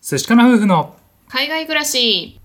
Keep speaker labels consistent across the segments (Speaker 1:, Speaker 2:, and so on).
Speaker 1: 寿司かな夫婦の
Speaker 2: 海外暮らし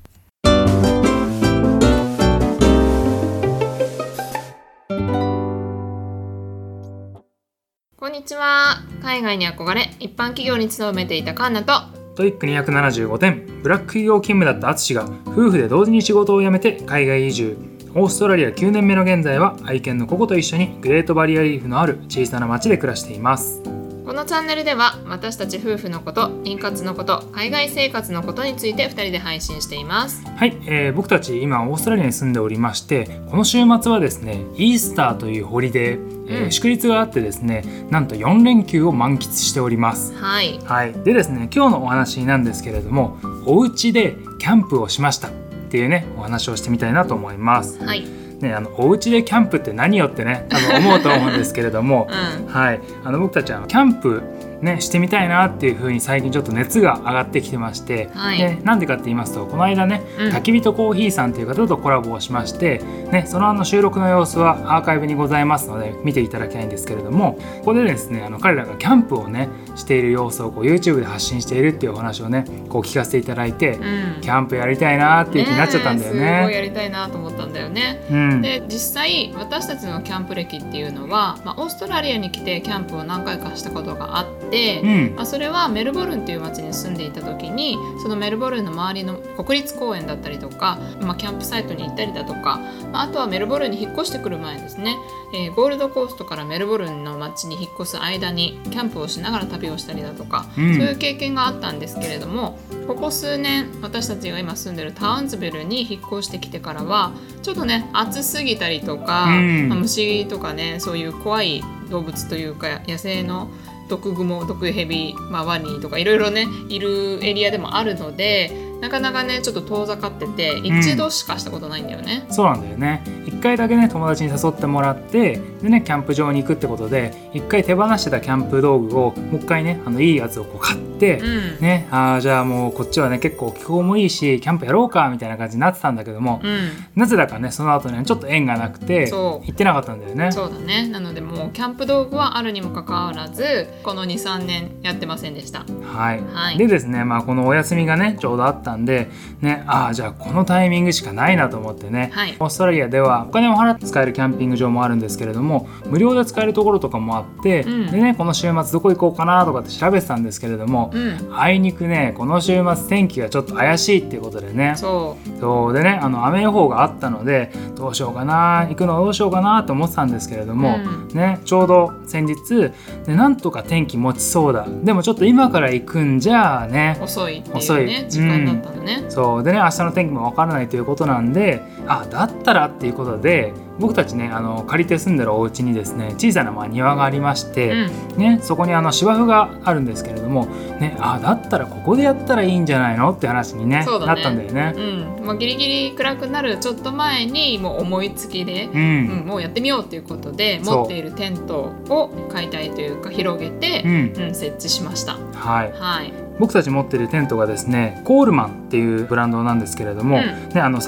Speaker 2: こんにちは海外に憧れ一般企業に勤めていたカンナと
Speaker 1: トイック275点ブラック企業勤務だった淳が夫婦で同時に仕事を辞めて海外移住オーストラリア9年目の現在は愛犬のココと一緒にグレートバリアリーフのある小さな町で暮らしています
Speaker 2: このチャンネルでは私たち夫婦のこと妊活のこと海外生活のことについて2人で配信しています
Speaker 1: はい、えー僕たち今オーストラリアに住んでおりましてこの週末はですねイースターというホリデー、えー
Speaker 2: うん
Speaker 1: 祝日があってですねなんと4連休を満喫しております
Speaker 2: はい
Speaker 1: はい、でですね今日のお話なんですけれどもお家でキャンプをしましたっていうねお話をしてみたいなと思います。
Speaker 2: はい
Speaker 1: ね、あのお家でキャンプって何よってね多分思うと思うんですけれども、
Speaker 2: う
Speaker 1: はい、あの僕たちはキャンプね、してみたいなっていう風に最近ちょっと熱が上がってきてまして、
Speaker 2: はい
Speaker 1: でなんでかって言いますとこの間ね、
Speaker 2: うん
Speaker 1: 焚き火とコーヒーさんという方とコラボをしまして、ね、そのあの収録の様子はアーカイブにございますので見ていただきたいんですけれどもここでですねあの彼らがキャンプをねしている様子をこう YouTube で発信しているっていうお話をねこう聞かせていただいて、
Speaker 2: ん
Speaker 1: キャンプやりたいなっていう気になっちゃったんだよ
Speaker 2: ねえすごい
Speaker 1: ね。
Speaker 2: やりたいなと思ったんだよね
Speaker 1: うん、
Speaker 2: で実際私たちのキャンプ歴っていうのは、まあ、オーストラリアに来てキャンプを何回かしたことがあって、
Speaker 1: うん
Speaker 2: まあ、それはメルボルンっていう町に住んでいた時にそのメルボルンの周りの国立公園だったりとか、まあ、キャンプサイトに行ったりだとか、まあ、あとはメルボルンに引っ越してくる前ですね、えーゴールドコーストからメルボルンの町に引っ越す間にキャンプをしながら旅をしたりだとか、
Speaker 1: うん
Speaker 2: そういう経験があったんですけれどもここ数年私たちが今住んでるタウンズビルに引っ越してきてからはちょっとね暑すぎたりとか、
Speaker 1: うん
Speaker 2: まあ虫とかねそういう怖い動物というか野生の毒グモ毒ヘビ、まあ、ワニとかいろいろねいるエリアでもあるのでなかなかねちょっと遠ざかってて
Speaker 1: ん
Speaker 2: 一度しかしたことないんだよね。
Speaker 1: そうなんだよね一回だけね友達に誘ってもらってでねキャンプ場に行くってことで一回手放してたキャンプ道具をもう一回ねあのいいやつをこう買って、
Speaker 2: うん
Speaker 1: ねあーじゃあもうこっちはね結構気候もいいしキャンプやろうかみたいな感じになってたんだけども、
Speaker 2: うん
Speaker 1: なぜだかねその後ねちょっと縁がなくて行
Speaker 2: そう
Speaker 1: ってなかったんだよね。
Speaker 2: そうだねなのでもうキャンプ道具はあるにもかかわらずこの23年やってませんでした。
Speaker 1: はい、
Speaker 2: はい
Speaker 1: でですね、まあ、このお休みがねちょうどあったんで、ね、ああじゃあこのタイミングしかないなと思ってね、
Speaker 2: はい
Speaker 1: オーストラリアではお金を払って使えるキャンピング場もあるんですけれども無料で使えるところとかもあって、
Speaker 2: うん
Speaker 1: でねこの週末どこ行こうかなとかって調べてたんですけれども、
Speaker 2: うん、
Speaker 1: あいにくねこの週末天気がちょっと怪しいっていうことでね
Speaker 2: そう
Speaker 1: そうでねあの雨予報があったのでどうしようかな行くのどうしようかなと思ってたんですけれども、ね、ちょうど先日、ね、なんとか天気持ちそうだでもちょっと今から行くんじゃあね
Speaker 2: 遅いって
Speaker 1: 遅
Speaker 2: いう
Speaker 1: い
Speaker 2: ね時間だったのね、
Speaker 1: そうでね明日の天気もわからないということなんであだったらっていうことで僕たちねあの借りて住んでるお家にですね小さなまあ庭がありまし
Speaker 2: う
Speaker 1: て、
Speaker 2: ん、
Speaker 1: ね、そこにあの芝生があるんですけれども、ね、あだったらここでやったらいいんじゃないのって話に、ね
Speaker 2: そうだね
Speaker 1: なったんだよね。
Speaker 2: うんまあ、ギリギリ暗くなるちょっと前にもう思いつきで、
Speaker 1: う
Speaker 2: うん
Speaker 1: ん
Speaker 2: もうやってみようということで
Speaker 1: そう
Speaker 2: 持っているテントを解体というか広げ
Speaker 1: う
Speaker 2: て、
Speaker 1: ん
Speaker 2: うん設置しました。
Speaker 1: はい、
Speaker 2: はい、
Speaker 1: 僕たち持ってるテントがですねコールマンっていうブランドなんですけれども、
Speaker 2: うん
Speaker 1: ね、あの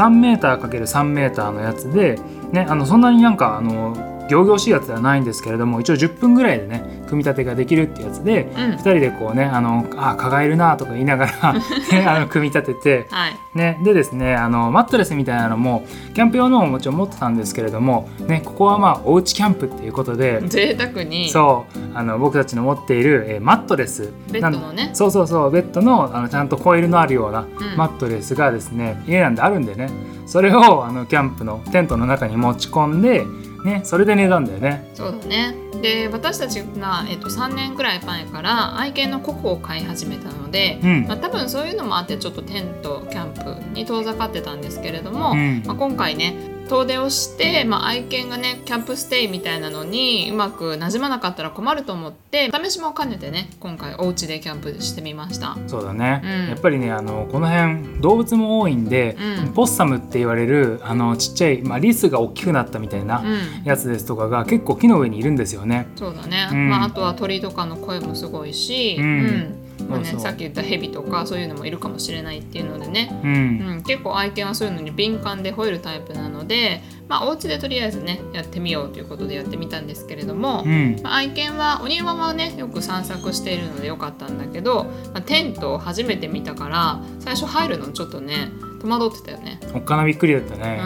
Speaker 1: 3m×3m のやつで、ね、あのそんなになんかあの行々しいやつではないんですけれども一応10分ぐらいでね組み立てができるってやつで
Speaker 2: うん
Speaker 1: 2人でこうね「あのあ蚊がいるな」とか言いなが ら、ね、あの組み立てて、
Speaker 2: はい
Speaker 1: ね、でですねあのマットレスみたいなのもキャンプ用のももちろん持ってたんですけれども、ね、ここはまあおうちキャンプっていうことで。
Speaker 2: 贅沢に
Speaker 1: そうあの僕たちの持っている、えーマットレス
Speaker 2: ベッドのね
Speaker 1: そうそうそうベッドのあのちゃんとコイルのあるような
Speaker 2: うん
Speaker 1: マットレスがですね、家なんであるんでねそれをあのキャンプのテントの中に持ち込んで、ね、それで寝たんだよね。
Speaker 2: そうだねで私たちが、えっと3年くらい前から愛犬のココを飼い始めたので、
Speaker 1: うん
Speaker 2: まあ、多分そういうのもあってちょっとテントキャンプに遠ざかってたんですけれども、
Speaker 1: うん
Speaker 2: まあ、今回ね遠出をして、まあ、愛犬がねキャンプステイみたいなのにうまくなじまなかったら困ると思って試しも兼ねてね今回お家でキャンプしてみました。
Speaker 1: そうだね、
Speaker 2: うん
Speaker 1: やっぱりねあのこの辺動物も多いんで、
Speaker 2: うん
Speaker 1: ポッサムって言われるあのちっちゃい、まあ、リスが大きくなったみたいな
Speaker 2: うん
Speaker 1: やつですとかが結構木の上にいるんですよね。
Speaker 2: そうだね、
Speaker 1: うん
Speaker 2: まあ、あとは鳥とかの声もすごいし、
Speaker 1: うん
Speaker 2: うんまあね
Speaker 1: そうそう
Speaker 2: さっき言ったヘビとかそういうのもいるかもしれないっていうのでね
Speaker 1: うん
Speaker 2: うん、結構愛犬はそういうのに敏感で吠えるタイプなので、まあ、お家でとりあえずねやってみようということでやってみたんですけれども、
Speaker 1: うん
Speaker 2: まあ、愛犬はお庭はねよく散策しているのでよかったんだけど、まあ、テントを初めて見たから最初入るのちょっとね戸惑ってたよね。
Speaker 1: おっかなびっくりだったね、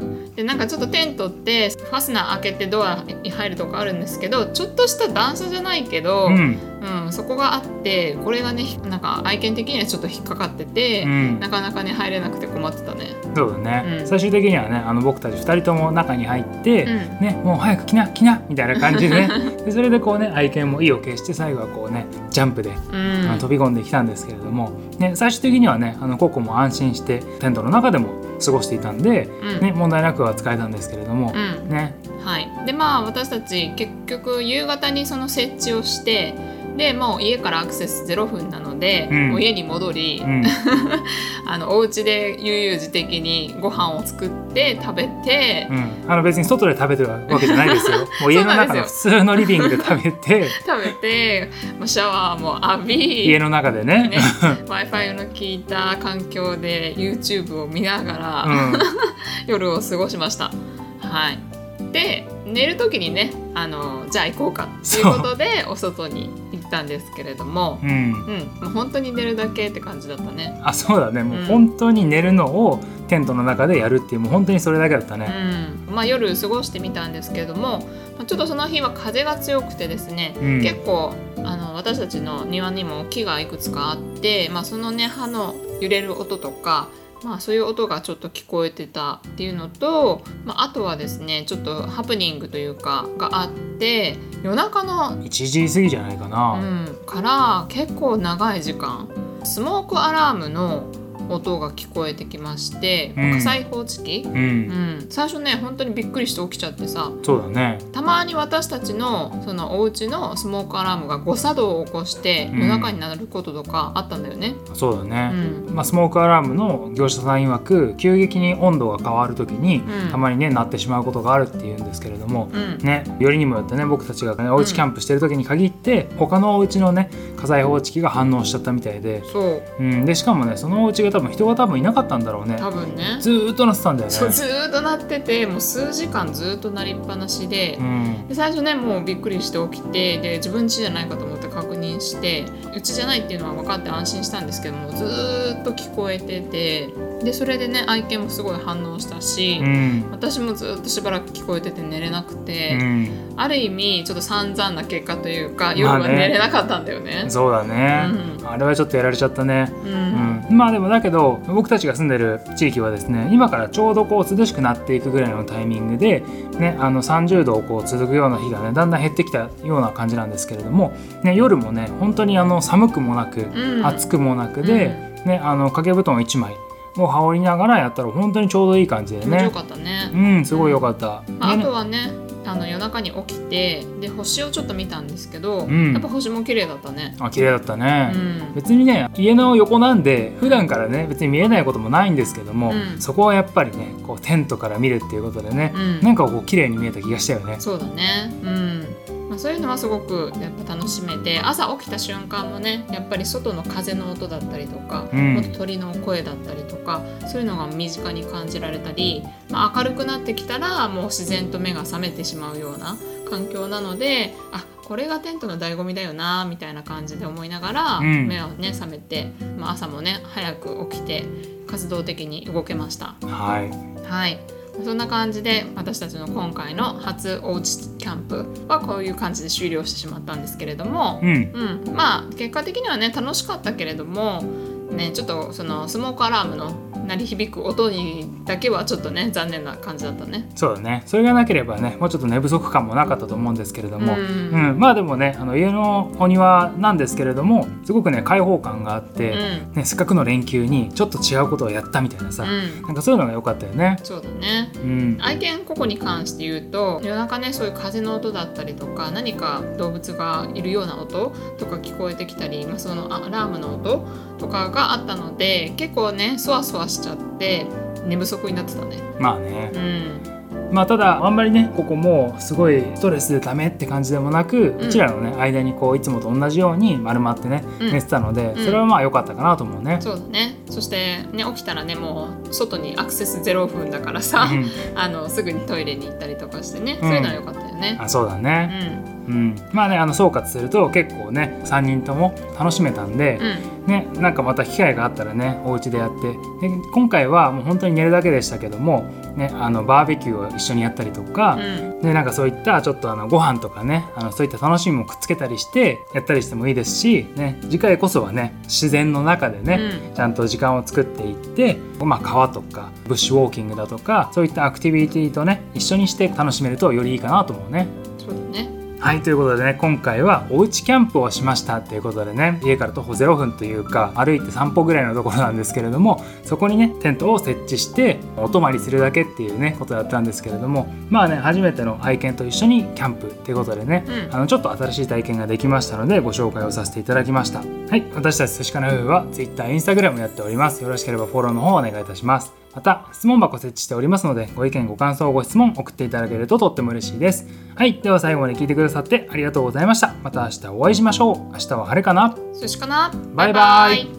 Speaker 2: うん、でなんかちょっとテントってファスナー開けてドアに入るとこあるんですけどちょっとした段差じゃないけど、
Speaker 1: うん
Speaker 2: うん、そこがあってこれがねなんか愛犬的にはちょっと引っかかってて、
Speaker 1: うん
Speaker 2: なかなかね入れなくて困ってたね。
Speaker 1: そうだね、
Speaker 2: うん
Speaker 1: 最終的にはねあの僕たち2人とも中に入って、
Speaker 2: うん
Speaker 1: ね、もう早く来な来なみたいな感じでね でそれでこうね愛犬も意を決して最後はこうねジャンプで、
Speaker 2: う
Speaker 1: あの
Speaker 2: ん
Speaker 1: 飛び込んできたんですけれども、ね、最終的にはねあのココも安心してテントの中でも過ごしていたんで、
Speaker 2: うん
Speaker 1: ね、問題なくは使えたんですけれども
Speaker 2: う、ん
Speaker 1: ね
Speaker 2: はい、でまあ私たち結局夕方にその設置をしてでもう家からアクセス0分なので、
Speaker 1: うん
Speaker 2: もう家に戻り、
Speaker 1: うん、
Speaker 2: あのお家で悠々自適にご飯を作って食べて、
Speaker 1: うん、あの別に外で食べてるわけじゃない ですよもう家の中の普
Speaker 2: そ
Speaker 1: 通のリビングで食べ て
Speaker 2: 食べてもうシャワーも浴び
Speaker 1: 家の中でね
Speaker 2: ね w i f i の効いた環境で YouTube を見ながら、夜を過ごしました。はい、で寝る時にねあのじゃあ行こうかということでお外に行ったんですけれども
Speaker 1: う、ん、うん
Speaker 2: うん、もう本当に寝るだけって感じだったね。
Speaker 1: あそうだねもううん本当に寝るのをテントの中でやるっていうもう本当にそれだけだった
Speaker 2: う
Speaker 1: ね。
Speaker 2: んまあ、夜過ごしてみたんですけれどもまあちょっとその日は風が強くてですね、
Speaker 1: うん
Speaker 2: 結構あの私たちの庭にも木がいくつかあって、まあ、そのね葉の揺れる音とか、まあ、そういう音がちょっと聞こえてたっていうのと、まあ、あとはですねちょっとハプニングというかがあって夜中の、
Speaker 1: 一時過ぎじゃないか
Speaker 2: う
Speaker 1: な。
Speaker 2: ん、から結構長い時間スモークアラームの音が聞こえてきまして、
Speaker 1: うん
Speaker 2: 火災報知器
Speaker 1: うん、
Speaker 2: うん、最初ね本当にびっくりして起きちゃってさ
Speaker 1: そうだね。
Speaker 2: たまに私たちのそのお家のスモークアラームが誤作動を起こして
Speaker 1: うん
Speaker 2: 夜中になることとかあったんだよね。
Speaker 1: そうだ
Speaker 2: う
Speaker 1: ね。
Speaker 2: ん
Speaker 1: まあ、スモークアラームの業者さん曰く急激に温度が変わる時に、
Speaker 2: うん
Speaker 1: たまにね鳴ってしまうことがあるっていうんですけれども、
Speaker 2: うん
Speaker 1: ね、よりにもよってね僕たちがねおうちキャンプしてる時に限って、他のお家のね火災報知器が反応しちゃったみたいで、
Speaker 2: そう
Speaker 1: うん、でしかもねそのお家が多分人が多分いなかったんだろうね
Speaker 2: 多分ね
Speaker 1: ずーっと鳴ってたんだよね
Speaker 2: そうずーっと鳴っててもう数時間ずーっと鳴りっぱなしで
Speaker 1: う。ん
Speaker 2: で最初ねもうびっくりして起きてで自分家じゃないかと思って確認してうちじゃないっていうのは分かって安心したんですけどもずーっと聞こえててでそれでね愛犬もすごい反応したし、
Speaker 1: うん
Speaker 2: 私もずーっとしばらく聞こえてて寝れなくて、
Speaker 1: うん、
Speaker 2: ある意味ちょっと散々な結果というか
Speaker 1: ね
Speaker 2: 夜は寝れなかったんだよね。
Speaker 1: そうだね、
Speaker 2: うん
Speaker 1: あれはちょっとやられちゃったねうん
Speaker 2: うん、
Speaker 1: まあでもだけど僕たちが住んでる地域はですね今からちょうどこう涼しくなっていくぐらいのタイミングで、ね、あの30度をこう続くような日がねだんだん減ってきたような感じなんですけれども、ね、夜もね本当にあの寒くもなく、
Speaker 2: うん
Speaker 1: 暑くもなくで、ね、あの掛け布団1枚を羽織りながらやったら本当にちょうどいい感じで
Speaker 2: 気持ちよ
Speaker 1: ね。
Speaker 2: かったね。
Speaker 1: うん、すごい良かった。
Speaker 2: まあ、あ
Speaker 1: ね
Speaker 2: とはねあの夜中に起きてで星をちょっと見たんですけど、
Speaker 1: うん
Speaker 2: やっぱ星も綺麗だったね。
Speaker 1: あ綺麗だったね。
Speaker 2: うん
Speaker 1: 別にね家の横なんで普段からね別に見えないこともないんですけども、
Speaker 2: うん
Speaker 1: そこはやっぱりねこうテントから見るっていうことでね、
Speaker 2: うん
Speaker 1: なんかこう綺麗に見えた気がしたよね。
Speaker 2: そうだね、うんまあ、そういうのはすごくやっぱ楽しめて朝起きた瞬間もねやっぱり外の風の音だったりとか、
Speaker 1: うん
Speaker 2: もっと鳥の声だったりとかそういうのが身近に感じられたり、まあ、明るくなってきたらもう自然と目が覚めてしまうような環境なのであこれがテントの醍醐味だよなみたいな感じで思いながら、
Speaker 1: うん
Speaker 2: 目をね覚めて、まあ、朝もね早く起きて活動的に動けました。
Speaker 1: はい、
Speaker 2: はい。そんな感じで私たちの今回の初おうちキャンプはこういう感じで終了してしまったんですけれども
Speaker 1: う、ん、
Speaker 2: うん、まあ結果的にはね楽しかったけれども、ねちょっとそのスモークアラームの鳴り響く音にだけはちょっとね残念な感じだったね。
Speaker 1: そうだねそれがなければねもうちょっと寝不足感もなかったと思うんですけれども、
Speaker 2: うん
Speaker 1: うんまあでもねあの家のお庭なんですけれどもすごくね開放感があっ
Speaker 2: う
Speaker 1: て、
Speaker 2: ん、
Speaker 1: ね、せっかくの連休にちょっと違うことをやったみたいなさ、
Speaker 2: うん、
Speaker 1: なんかそういうのが良かったよね。
Speaker 2: そうだね。
Speaker 1: うん、
Speaker 2: 愛犬ここに関して言うと夜中ねそういう風の音だったりとか何か動物がいるような音とか聞こえてきたり、まあ、そのアラームの音とかがあったので結構ねそわそわしちゃって寝不足になってたね。
Speaker 1: まあね
Speaker 2: うん
Speaker 1: まあ、ただあんまりねここもうすごいストレスでダメって感じでもなく、
Speaker 2: う
Speaker 1: うんちらのね間にこういつもと同じように丸まってね、
Speaker 2: うん
Speaker 1: 寝てたので、
Speaker 2: うん
Speaker 1: それはまあ良かったかなと思うね。
Speaker 2: そうだねそしてね起きたらねもう外にアクセス0分だからさ、
Speaker 1: うん
Speaker 2: あのすぐにトイレに行ったりとかしてね、
Speaker 1: うん
Speaker 2: そういうのは良かったよね。
Speaker 1: あそうだ
Speaker 2: う
Speaker 1: ね、
Speaker 2: ん
Speaker 1: うんまあねあの総括すると結構ね3人とも楽しめたんで、
Speaker 2: うん
Speaker 1: ね、なんかまた機会があったらねお家でやってで今回はもう本当に寝るだけでしたけども、ね、あのバーベキューを一緒にやったりとか、
Speaker 2: うん
Speaker 1: でなんかそういったちょっとあのご飯とかねあのそういった楽しみもくっつけたりしてやったりしてもいいですし、ね、次回こそはね自然の中でね、ちゃんと時間を作っていって、まあ、川とかブッシュウォーキングだとかそういったアクティビティとね一緒にして楽しめるとよりいいかなと思うね。
Speaker 2: うんそうだね。
Speaker 1: はいということでね今回はおうちキャンプをしましたということでね家から徒歩0分というか歩いて散歩ぐらいのところなんですけれどもそこにねテントを設置してお泊まりするだけっていうねことだったんですけれどもまあね初めての愛犬と一緒にキャンプっていうことでね、
Speaker 2: うん
Speaker 1: あのちょっと新しい体験ができましたのでご紹介をさせていただきましたはい私たち寿司かな夫婦は Twitter、Instagram やっておりますよろしければフォローの方お願いいたしますまた質問箱設置しておりますのでご意見ご感想ご質問送っていただけるととっても嬉しいですはいでは最後まで聞いてくださってありがとうございましたまた明日お会いしましょう明日は晴れかな
Speaker 2: 寿司かな
Speaker 1: バイバイ
Speaker 2: イ